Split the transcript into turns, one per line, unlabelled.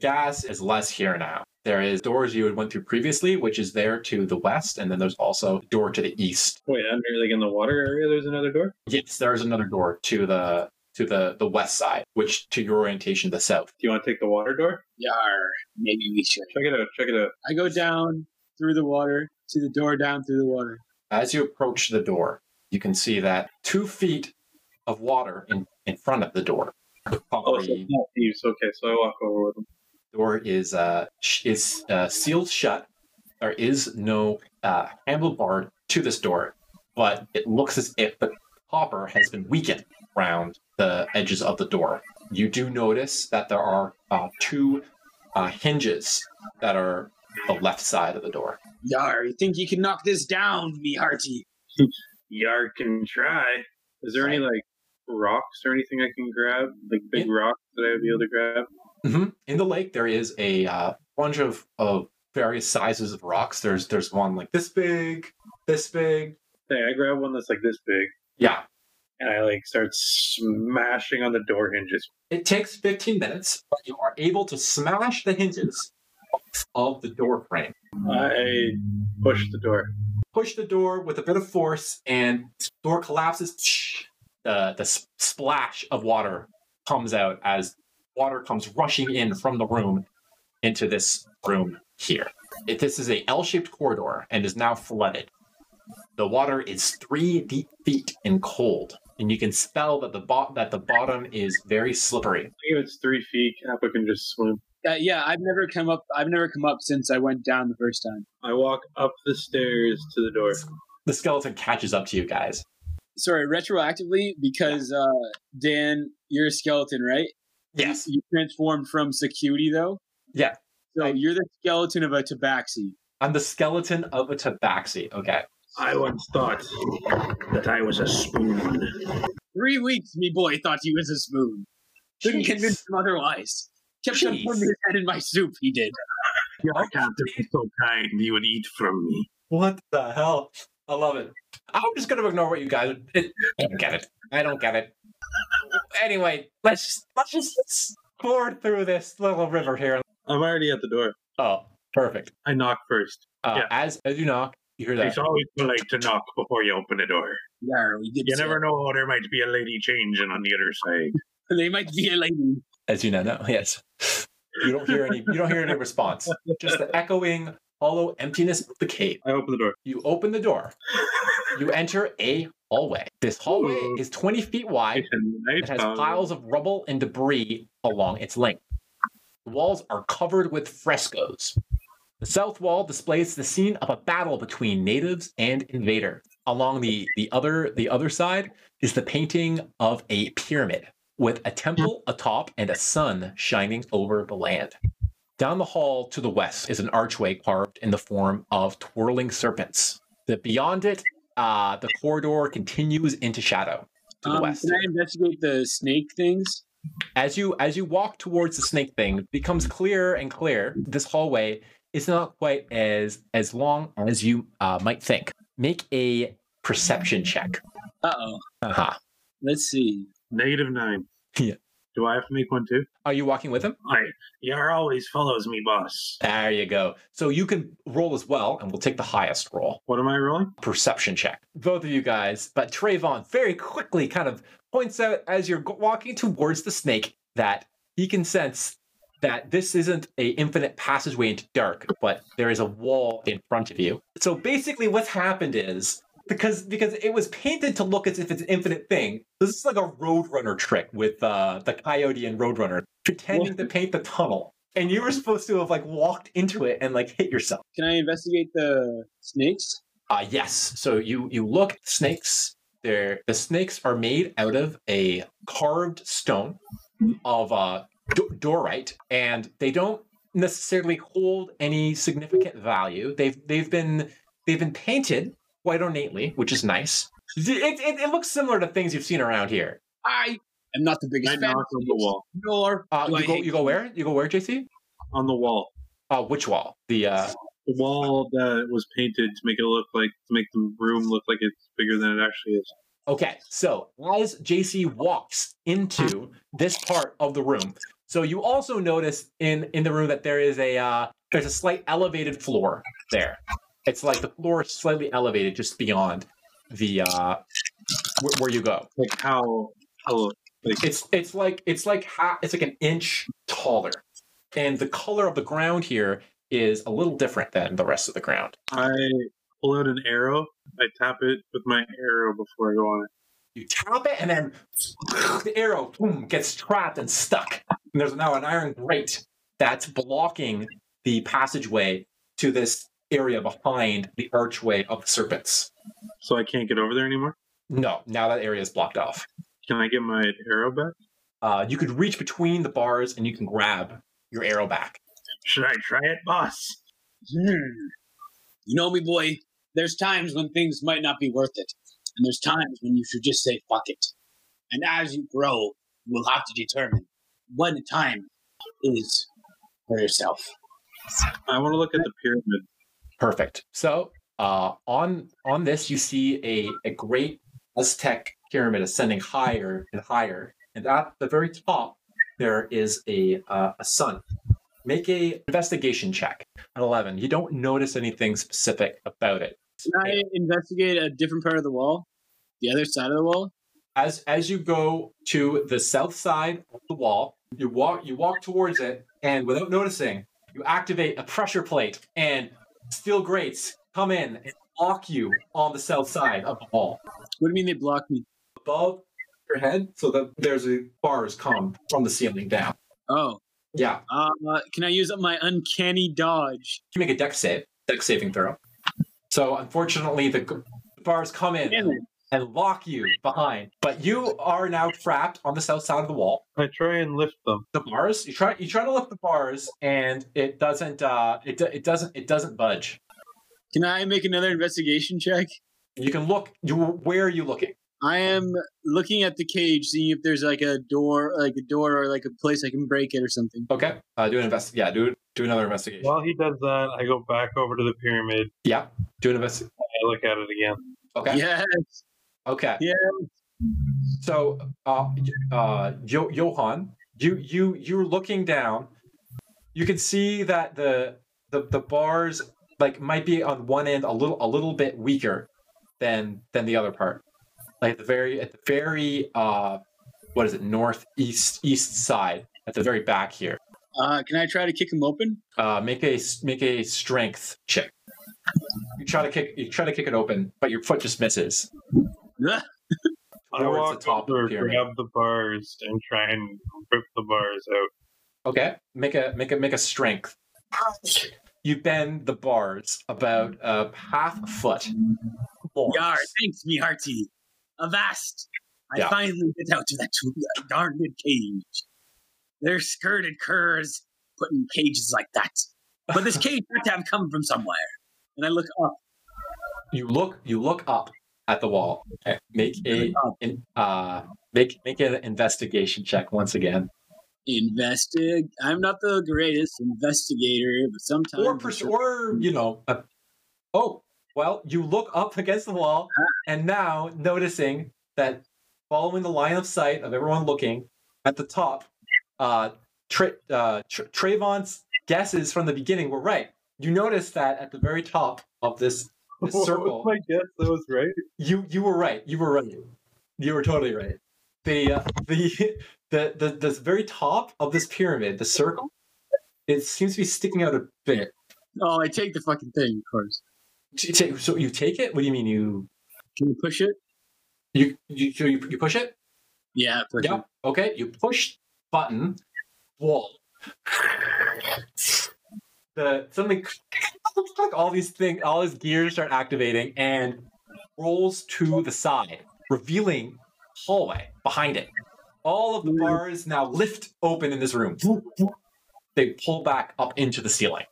gas is less here now. There is doors you had went through previously, which is there to the west, and then there's also a door to the east.
Wait, under like in the water area, there's another door.
Yes, there is another door to the to the the west side, which to your orientation the south.
Do you want to take the water door?
Yar, maybe we should.
Check it out. Check it out.
I go down through the water to the door down through the water.
As you approach the door, you can see that two feet of water in, in front of the door. The
Oh, so it's not thieves. Okay, so I walk over with them.
door is uh sh- is uh, sealed shut. There is no uh, handlebar to this door, but it looks as if the hopper has been weakened around the edges of the door. You do notice that there are uh, two uh, hinges that are the left side of the door.
Yar, you think you can knock this down, me hearty?
Yar can try. Is there any like rocks or anything I can grab? Like big
Yeah.
rocks that I would be able to grab?
Mhm. In the lake, there is a uh, bunch of, of various sizes of rocks. There's there's one like this big, this big.
Hey, I grab one that's like this big,
Yeah,
and I like start smashing on the door hinges.
It takes 15 minutes, but you are able to smash the hinges of the door frame.
I push the door.
Push the door with a bit of force, and door collapses. The, the s- splash of water comes out as water comes rushing in from the room into this room here. It, this is a L-shaped corridor and is now flooded. The water is three deep feet in cold, and you can spell that the bo- that the bottom is very slippery.
I think if it's three feet, Kappa can just swim.
Uh, yeah, I've never come up. I've never come up since I went down the first time.
I walk up the stairs to the door.
The skeleton catches up to you guys.
Sorry, retroactively because uh, Dan, you're a skeleton, right?
Yes.
You transformed from security though.
Yeah.
So
I-
you're the skeleton of a tabaxi.
I'm the skeleton of a tabaxi. Okay.
I once thought that I was a spoon.
Three weeks, me boy thought he was a spoon. Couldn't
Jeez.
convince him otherwise. Kept on
Jeez.
putting his head in my soup. He did.
Your captain is so kind, he would eat from me.
What the hell? I love it. I'm just gonna ignore what you guys. It, I don't get it. I don't get it. Anyway, let's just let's just board through this little river here.
I'm already at the door.
Oh, perfect.
I knock first.
Uh,
Yeah.
As as you knock, you hear
It's
that.
always polite to knock before you open a door.
Yeah, we did.
You
say-
uh,
never know how there might be a lady changing on the other side.
They might be a lady.
As you now know, yes. You don't hear any. You don't hear any response. Just the echoing, hollow emptiness of the cave.
I open the door.
You open the door. You enter a hallway. This hallway
Ooh.
is 20 feet wide
And I
It has
found-
piles of rubble and debris along its length. The walls are covered with frescoes. The south wall displays the scene of a battle between natives and invader. Along the, the other the other side is the painting of a pyramid with a temple atop and a sun shining over the land. Down the hall to the west is an archway carved in the form of twirling serpents. The beyond it, uh, the corridor continues into shadow to the
Um,
west
Can I investigate the snake things?
as you as you walk towards the snake thing it becomes clearer and clearer this hallway is not quite as as long as you uh, might think make a perception check
Uh oh.
uh-huh
Let's see.
Negative nine.
Yeah.
Do I have to make one too?
are you walking with him
I Yar always follows me, boss.
there you go so you can roll as well and we'll take the highest roll
What am I rolling?
perception check both of you guys but Trayvon very quickly kind of points out as you're g- walking towards the snake that he can sense that this isn't a infinite passageway into dark, but there is a wall in front of you. So basically, what's happened is because because it was painted to look as if it's an infinite thing. This is like a Roadrunner trick with uh, the Coyote and Roadrunner pretending to paint the tunnel, and you were supposed to have like walked into it and like hit yourself.
Can I investigate the snakes?
Uh, yes. So you you look at snakes. They're the snakes are made out of a carved stone of uh, do- dorite, and they don't necessarily hold any significant value. They've they've been they've been painted quite ornately, which is nice. It, it, it looks similar to things you've seen around here.
I am not the biggest
I
fan.
knock
of
on the
snakes,
wall.
Nor
Uh,
do I
you go
hate
you go where you go where JC?
On the wall.
Uh, which wall? The uh,
The wall that was painted to make it look like to make the room look like it's bigger than it actually is.
Okay, so as JC walks into this part of the room, So you also notice in in the room that there is a uh, there's a slight elevated floor there. It's like the floor is slightly elevated just beyond the uh, where, where you go.
Like how? how
It's it's like it's like ha- it's like an inch taller, and the color of the ground here is a little different than the rest of the ground.
I pull out an arrow. I tap it with my arrow before I go on
You tap it, and then the arrow boom, gets trapped and stuck. And there's now an iron grate that's blocking the passageway to this area behind the archway of the serpents.
it, so I can't get over there anymore.
No, now that area is blocked off.
Can I get my arrow back?
Uh, you could reach between the bars and you can grab your arrow back.
Should I try it, boss?
Hmm. You know me, boy. There's times when things might not be worth it, and there's times when you should just say "fuck it." And as you grow, you will have to determine when time is for yourself.
I want to look at the pyramid.
Perfect. So uh, on on this, you see a, a great Aztec pyramid ascending higher and higher, and at the very top there is a uh, a sun. Make a investigation check at eleven. You don't notice anything specific about it.
Can I investigate a different part of the wall? The other side of the wall?
as as you go to the south side of the wall, you walk you walk towards it, and without noticing, you activate a pressure plate, and steel grates come in and lock you on the south side of the wall
What do you mean they blocked me?
above your head, so that there's a bars come from the ceiling down.
Oh,
Yeah,
uh, can I use up my uncanny dodge?
you make a deck save, deck saving throw. So unfortunately, the, the bars come in
Damn it.
and lock you behind, but you are now trapped on the south side of the wall.
I try and lift them.
the bars. You try you try to lift the bars, and it doesn't. Uh, it do- it doesn't it doesn't budge.
Can I make another investigation check?
You can look. You where are you looking?
I am looking at the cage, seeing if there's like a door, like a door, or like a place I can break it or something.
Okay. Uh, do an invest. Yeah. Do do another investigation.
While he does that, I go back over to the pyramid.
yeah. Do an invest.
I look at it again.
Okay.
Yeah,
Okay.
Yeah.
So, uh, y- uh, jo- Johan, you you you're looking down. You can see that the the the bars like might be on one end a little a little bit weaker than than the other part. Like at the very at the very uh, what is it northeast east side at the very back here.
Uh, can I try to kick him open?
Uh, make a s- make a strength check. You try to kick you try to kick it open, but your foot just misses.
Ugh.
I
towards
walk over, grab the bars, and try and rip the bars out.
Okay, make a make a make a strength. You bend the bars about a half a foot. More.
Yar, thanks, me hearty. Avast! I
Yeah.
finally get out of that tw- darn good cage. They're skirted curs put in cages like that. But this cage had to have come from somewhere. And I look up,
You look you look up at the wall. Okay, Make a
up.
an, uh make make an investigation check once again,
Investig. I'm not the greatest investigator, but sometimes.
or pers- or you know. A, oh well, you look up against the wall, and now noticing that following the line of sight of everyone looking at the top, uh, Tra- uh, Tr Trayvon's guesses from the beginning were right. You notice that at the very top of this, this circle,
my guess that was right.
you you were right. You were right. You were totally right. The uh, the the the the very top of this pyramid, the circle, it seems to be sticking out a bit.
oh, I take the fucking thing, of course.
T- t- So you take it? What do you mean you
Can you push it?
you you so you, you push it?
Yeah, push
Yeah. Okay. You push button wall. The suddenly all these things, all these gears start activating, and rolls to the side, revealing hallway behind it. All of the bars now lift open in this room. They pull back up into the ceiling.